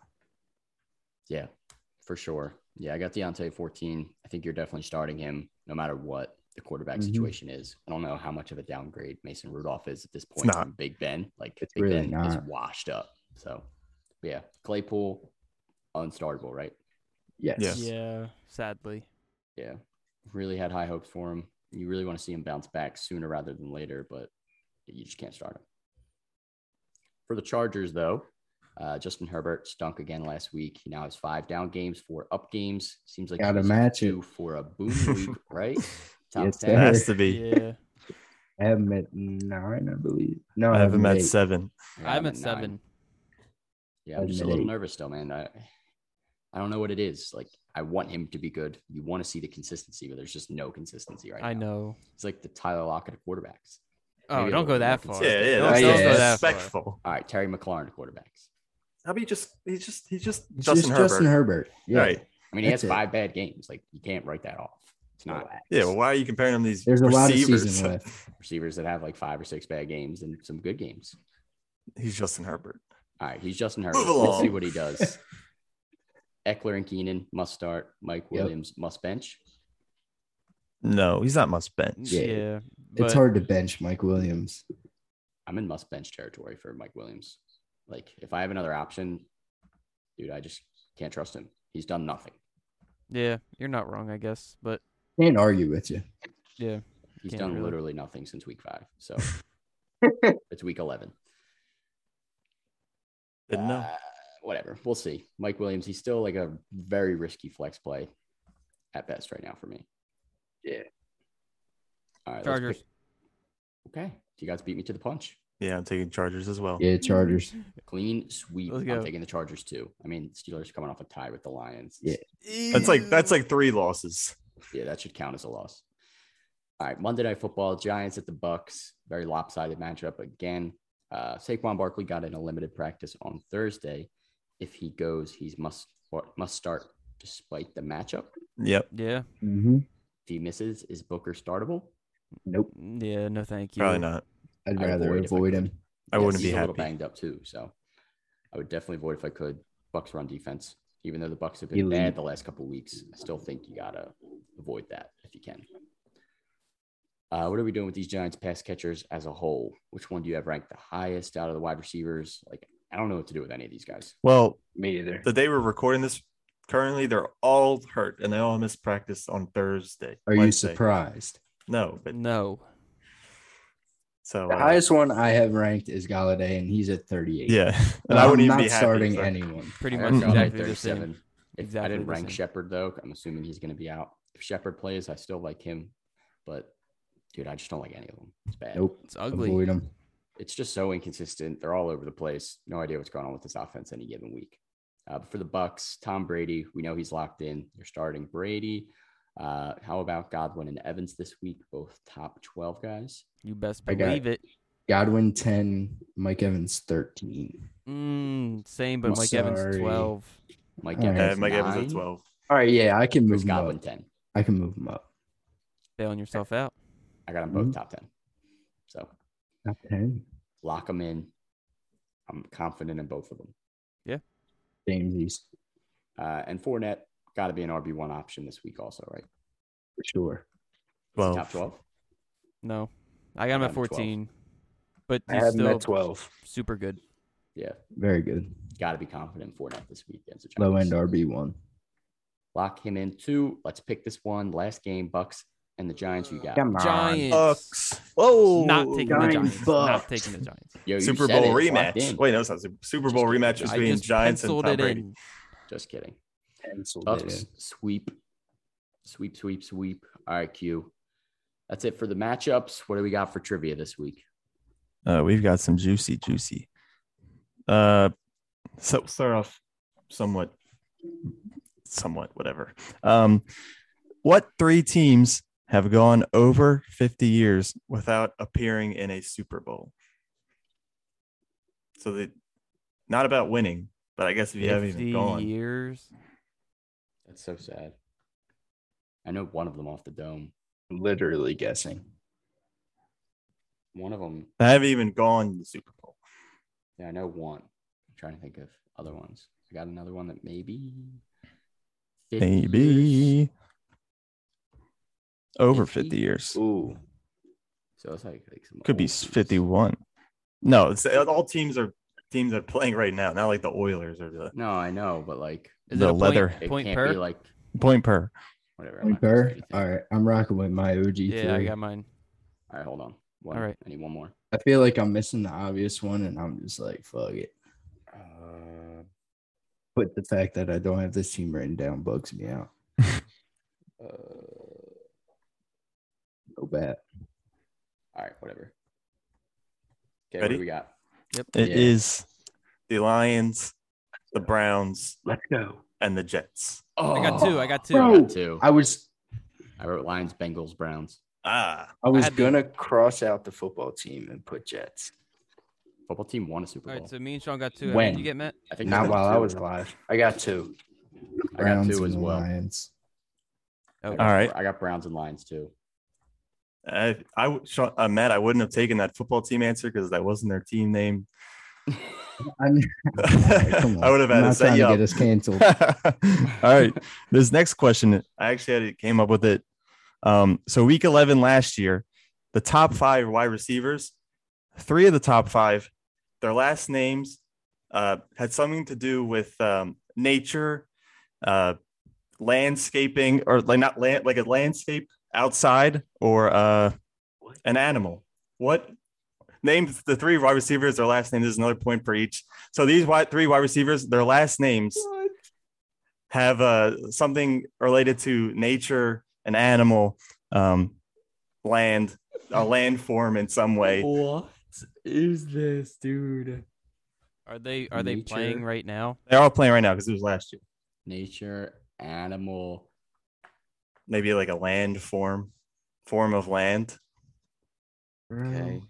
Yeah, for sure. Yeah, I got Deontay 14. I think you're definitely starting him no matter what the quarterback
Mhm.
situation is. I don't know how much of a downgrade Mason Rudolph is at this point
not.
from Big Ben. Like
It's
Big
really
Ben is
not.
washed up. So yeah, Claypool, unstartable, right?
Yes.
Yes.
Yeah. Sadly.
Yeah. Really had high hopes for him. You really want to see him bounce back sooner rather than later, but you just can't start him. For the Chargers, though, uh, Justin Herbert stunk again last week. He now has five down games, four up games. Seems like he
Gotta
was
match it.
due for a boom week, right? Top
Yes,
It
ten.
sir.
has to be.
Yeah.
I have him at nine, I believe. No,
I have him at
eight.
seven.
Yeah,
I'm
nine.
at seven.
Yeah, I'm
I'm
just a
at
little
eight.
nervous still, man. I, I don't know what it is. Like, I want him to be good. You want to see the consistency, but there's just no consistency right now.
I know.
It's like the Tyler Lockett of quarterbacks.
Oh,
Maybe a
don't
little
go that
more
far.
Yeah, yeah.
Don't,
That's
yeah,
don't go that far.
disrespectful.
All right, Terry McLaurin of quarterbacks.
How about you just he's just he's just
It's
Justin
just
Herbert.
Justin Herbert. Yeah.
Right.
I mean, he has
That's it.
five bad games. Like you can't write that off. It's not
Yeah, well, why are you comparing him to these
There's a lot of
receivers?
season left.
receivers that have like five or six bad games and some good games.
He's Justin Herbert.
All right, he's Justin Herbert.
Move
Let's see
along.
what he does. Eckler and Keenan must start. Mike Williams must bench.
No, he's not must bench.
Yeah.
Yeah.
but
it's hard to bench Mike Williams.
I'm in must bench territory for Mike Williams. Like if I have another option, dude, I just can't trust him. He's done nothing.
Yeah, you're not wrong, I guess. But
Can't argue with you.
Yeah.
He's
Can't
done
really.
literally nothing since week five. So it's week 11.
Didn't know.
Uh, whatever. We'll see. Mike Williams, he's still like a very risky flex play at best right now for me.
Yeah.
All right. let's
Chargers.
pick- Okay. You guys beat me to the punch.
Yeah, I'm taking Chargers as well.
Yeah, Chargers.
Clean sweep.
Let's
I'm
go.
taking the Chargers too. I mean, Steelers coming off a tie with the Lions.
Yeah.
That's like that's like three losses.
Yeah, that should count as a loss. All right, Monday Night Football, Giants at the Bucks, very lopsided matchup again. Uh, Saquon Barkley got in a limited practice on Thursday. If he goes, he's must must start despite the matchup.
Yep.
Yeah.
Mm-hmm.
If he misses, is Booker startable?
Nope.
Yeah. No, thank you.
Probably not.
I'd
I'd
rather
avoid if I
avoid
could.
him.
I
Yes,
wouldn't
he's
be
a little
happy.
banged up too, so I would definitely avoid if I could. Bucks run defense, even though the Bucks have been
Elite.
bad the last couple of weeks, I still think you gotta avoid that if you can. Uh, what are we doing with these Giants pass catchers as a whole? Which one do you have ranked the highest out of the wide receivers? Like, I don't know what to do with any of these guys.
Well,
Me either.
the day we're recording this, currently they're all hurt and they all missed practice on Thursday.
Are you
Wednesday.
surprised?
No, but
No.
so
The
uh,
highest one I have ranked is Galladay, and he's at 38.
yeah,
and
and I
I'm
wouldn't
not
even be happy.
starting
so-
anyone.
Pretty
I
much
have Goddard
exactly the same.
37. If I
Exactly
didn't
the
rank
same.
Shepard though, I'm assuming he's gonna be out. If Shepard plays, I still like him, but dude, I just don't like any of them. It's bad.
Nope.
It's ugly.
Avoid him.
it's just so inconsistent. They're all over the place. No idea what's going on with this offense any given week. Uh, but for the Bucks, Tom Brady, we know he's locked in. They're starting Brady. Uh, how about Godwin and Evans this week? Both top twelve guys.
You best
I got
believe it.
Godwin 10, Mike Evans 13.
Mm, same, but
I'm
Mike Evans
sorry.
twelve.
Mike
All right.
Evans,
Uh, Mike Evans
nine,
at twelve.
All right, yeah, I can
Chris
move him
Godwin
up.
ten.
I can move him up.
Bailing yourself out.
I got them both
Mhm.
top ten. So
Top 10.
lock them in. I'm confident in both of them.
James East,
Uh, and Fournette got to be an RB one option this week, also, right? Is
for sure.
he
Well,
top twelve.
No, I got him
I got
at
him at 12.
fourteen, but
I
he's
have him
still
at 12.
super good.
Yeah,
Very good.
got to be confident in Fournette this week against the Giants.
Low end RB1.
Lock him in too. Let's pick this one. Last game, Bucks and the Giants. You got
Come on.
Giants.
Bucks. Whoa,
Not taking the
Giants
Giants. Not
Bucks.
taking the Giants.
Yo, you
Super
said
Bowl
it. It's locked
rematch.
in.
Wait, no, it's not Super, Super Bowl rematch
I
between
just
Giants and
penciled
Tom
it
Brady.
in.
Just kidding.
Penciled it
Bucks
in.
sweep, sweep, sweep, sweep. All right, Q. That's it for the matchups. What do we got for trivia this week?
Uh, we've got some juicy, juicy. Uh, so we'll start off somewhat, somewhat, whatever. Um, what three teams have gone over 50 years without appearing in a Super Bowl? So they, not about winning, but I guess if you haven't even
Fifty
gone,
years.
That's so sad. I know one of them off the dome.
Literally guessing.
One of them.
I haven't even gone to the Super Bowl.
Yeah, I know one. I'm trying to think of other ones. I got another one that maybe. 50 years.
Maybe over
50?
50 years.
Ooh.
So it's like, like some
Could be
old teams.
51. No, it's uh, all teams are teams that are playing right now. Not like the Oilers or the
No, I know, but like
Is
The
it a
leather.
Point,
it
point
can't
per.
be like
point per.
whatever. I'm not
Point
gonna say
per.
anything.
All right. I'm rocking with my OG.
yeah, I
theory.
got mine.
All right, hold on. One,
All right.
I need one more.
I feel like I'm missing the obvious one, and I'm just like, fuck it.
Uh,
But the fact that I don't have this team written down bugs me out.
uh,
No bad.
all right, whatever. Okay, what
Ready?
do we got?
It is
Yeah.
the Lions, the Browns,
Let's go.
and the Jets.
Oh,
I got two. I got two.
I
Bro.
got two.
I was
I wrote Lions, Bengals, Browns.
Ah,
I was
had the-
gonna cross out the football team and put Jets.
Football team won a Super
All
Bowl.
right, so Oh. me and Sean got two. How
When?
did you get Matt?
I think
Not
got
while I
two.
was alive. I got two.
I got two
and
as
the
well.
Lions.
I
Oh,
got-
All right.
I got Browns and Lions too.
I, I would- Sean, uh, Matt, I wouldn't have taken that football team answer because that wasn't their team name.
I, mean, come on.
I would have had to
I'm not
set
trying
you
to
up.
get us canceled.
All right. This next question, I actually had it, came up with it. Um, so week 11 last year, the top five wide receivers, three of the top five, their last names uh, had something to do with um, nature, uh, landscaping or like not land like a landscape outside or uh an animal. What name the three wide receivers? Their last name is another point for each. So these wide, three wide receivers, their last names have uh, something related to nature, an animal, um, land, a land form in some way.
What is this, dude?
Are they are they playing
Nature.
right now?
They're all playing right now because it was last year.
Nature, animal.
Maybe like a land form, form of land.
Okay.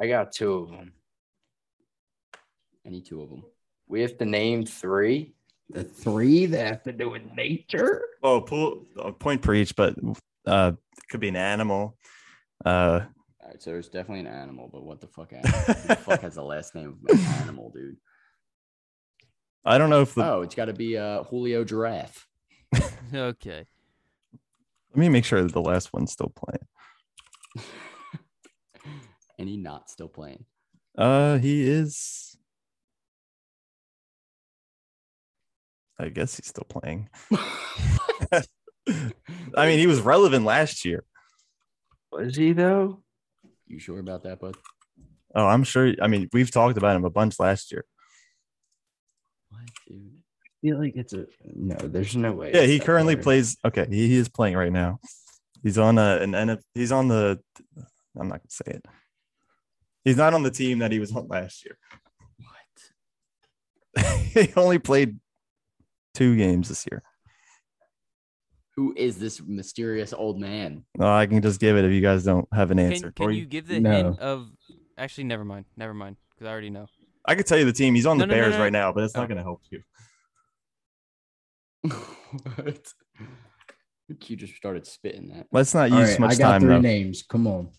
I got two of them.
Any two of them.
We have to name three.
The three that
have to do with nature.
Oh, pool, a point for each, but uh, it could be an animal. Uh,
All right, so there's definitely an animal, but what the fuck? Animal? Who the fuck has the last name of an animal, dude?
I don't know if the,
Oh, it's got to be uh, Julio Giraffe.
Okay.
let me make sure that the last one's still playing.
and he not still playing.
Uh, he is. I guess he's still playing. I mean, he was relevant last year.
Was he though?
You sure about that, bud?
Oh, I'm sure. I mean, we've talked about him a bunch last year.
What, dude?
I feel like it's a
No, there's no way.
Yeah, he
it's that
currently
player.
plays. Okay, he, he is playing right now. He's on a an NF, He's on the. I'm not gonna say it. He's not on the team that he was on last year.
What?
he only played two games this year.
Who is this mysterious old man?
No, I can just give it if you guys don't have an answer.
Can, can
Or
you give the
No.
hint of? Actually, never mind. Never mind. Because I already know.
I could tell you the team. He's on
No,
the
no, no,
Bears
no.
right now, but it's
Oh.
not gonna help you.
what? I think You just started spitting that.
Let's not
All
use
right,
much
I got
time
three
though.
names. Come on.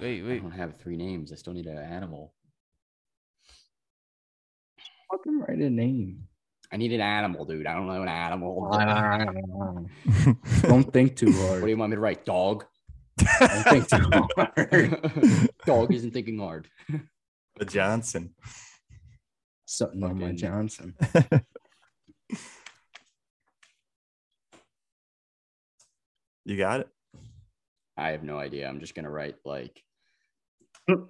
Wait,
I
wait.
don't
Uh-huh.
have three names. I still need an animal.
Fucking write a name.
I need an animal, dude. I don't know an animal.
Don't think too
What do
hard.
you want me to write? Dog.
Don't think too hard.
Dog isn't thinking hard.
The Johnson.
Something on my
Fucking-
Johnson.
You got it.
I have no idea. I'm just gonna write like
All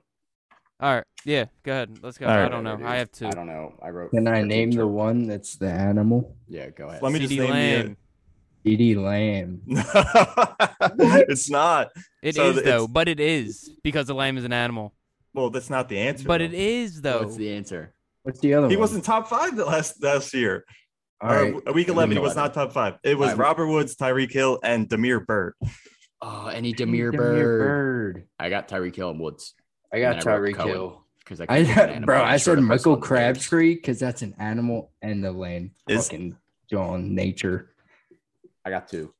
right. Yeah. Go ahead. Let's go.
All
I
right.
don't know.
whatever,
I
dude.
have two.
I don't know. I wrote.
Can I
for
name
each
the
of-
one that's the animal?
Yeah, go ahead.
Let me just
CD
name
Lamb.
the.
D.D. Lamb.
it's not.
It
So
is
it's-
though, but it is because the lamb is an animal.
Well, that's not the answer.
But
though.
it is though.
What's the answer?
What's the other
He
one?
wasn't top five the last last year.
All
Or
right.
Week
Give
eleven,
me
he was
eleven.
not top five. It was
All right.
Robert Woods, Tyreek Hill, and Demir Bird.
Oh, any Demir
Demir
Bird.
Bird.
I got Tyreek Hill and Woods
I got
And I wrote
Tyreek
Cohen.
Hill.
because I, couldn't think of an
I
animal.
bro,
and
I
showed
said
up as
Michael
one of the Bears.
Crabtree because that's an animal and the land
Is-
fucking John nature.
I got two.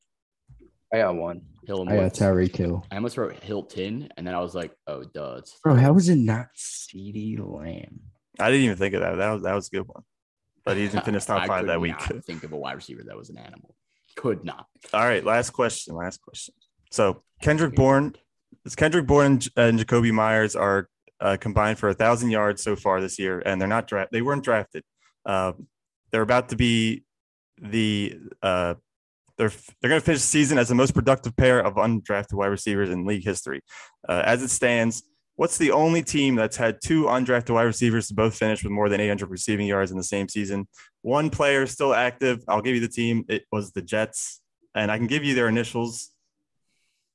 I got one.
Hill and
I got
Woods.
Tyreek Hill.
I almost wrote Hilton, and then I was like, oh, duh. It's
Bro, how was it not C.D. Lamb?
I didn't even think of that. That was that was a good one. But he didn't finish top
I
five
could
that week.
not think of a wide receiver that was an animal. Could not.
All right, last question. Last question. So Kendrick Bourne, is Kendrick Bourne and, J- uh, and Jacoby Myers are uh, combined for a thousand yards so far this year, and they're not draft. They weren't drafted. Uh, they're about to be the. Uh, they're they're going to finish the season as the most productive pair of undrafted wide receivers in league history. Uh, as it stands, what's the only team that's had two undrafted wide receivers to both finish with more than 800 receiving yards in the same season? One player is still active. I'll give you the team. It was the Jets and I can give you their initials.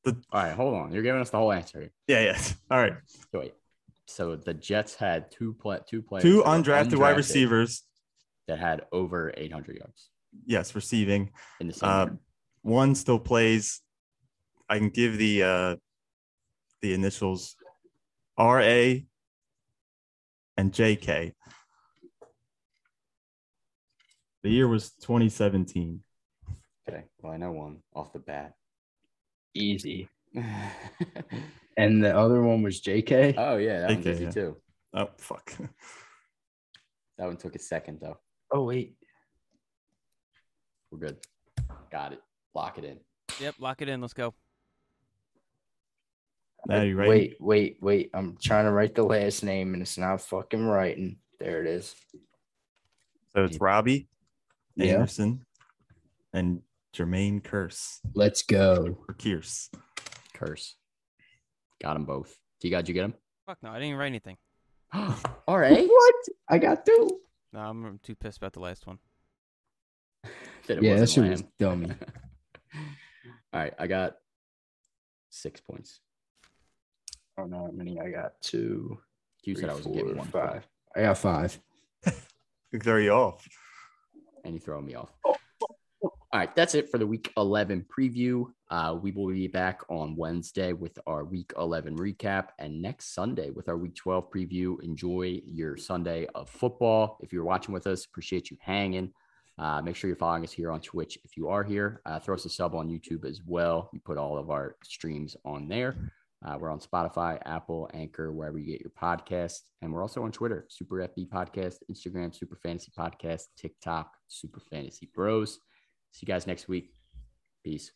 All right, hold on. You're giving us the whole answer. here.
Yeah, yeah. All right.
Wait. So the Jets had two pla two players,
Two
that were
undrafted, wide
undrafted
receivers.
that had over 800 yards
Yes, receiving.
in the same.
Uh,
year.
one still plays. I can give the uh the initials R A and J K. The year was 2017.
Okay. Well, I know one off the bat.
Easy.
oh
And the other one was J.K.
yeah, that one's
Okay,
easy
yeah.
too.
Oh fuck.
That one took a second though.
Oh wait.
We're good. Got it. Lock it in.
Yep. Lock it in. Let's go.
Now you right.
Wait, wait, wait. I'm trying to write the last name and it's not fucking writing. There it is.
So it's Robbie.
Yeah.
Anderson, and Jermaine Curse
Let's go.
or Kearse.
Curse. Got them both. T God, you get
Fuck no, I didn't even write anything.
them? All right.
What? I got two.
No, I'm too pissed about the last one.
Then it
Yeah, that
wasn't
shit was
Lamb.
dummy.
All right. I got six points.
I don't know how many I got. Two,
You
three,
said I was
four,
getting one.
five.
Five.
I got five.
Throw you off.
and you're throwing me off. All right, that's it for the week 11 preview. Uh, we will be back on Wednesday with our week 11 recap and next Sunday with our week 12 preview. Enjoy your Sunday of football. If you're watching with us, appreciate you hanging. Uh, make sure you're following us here on Twitch if you are here. Uh, throw us a sub on YouTube as well. We put all of our streams on there. Uh, we're on Spotify, Apple, Anchor, wherever you get your podcasts. And we're also on Twitter, Super FB Podcast, Instagram, Super Fantasy Podcast, TikTok, Super Fantasy Bros. See you guys next week. Peace.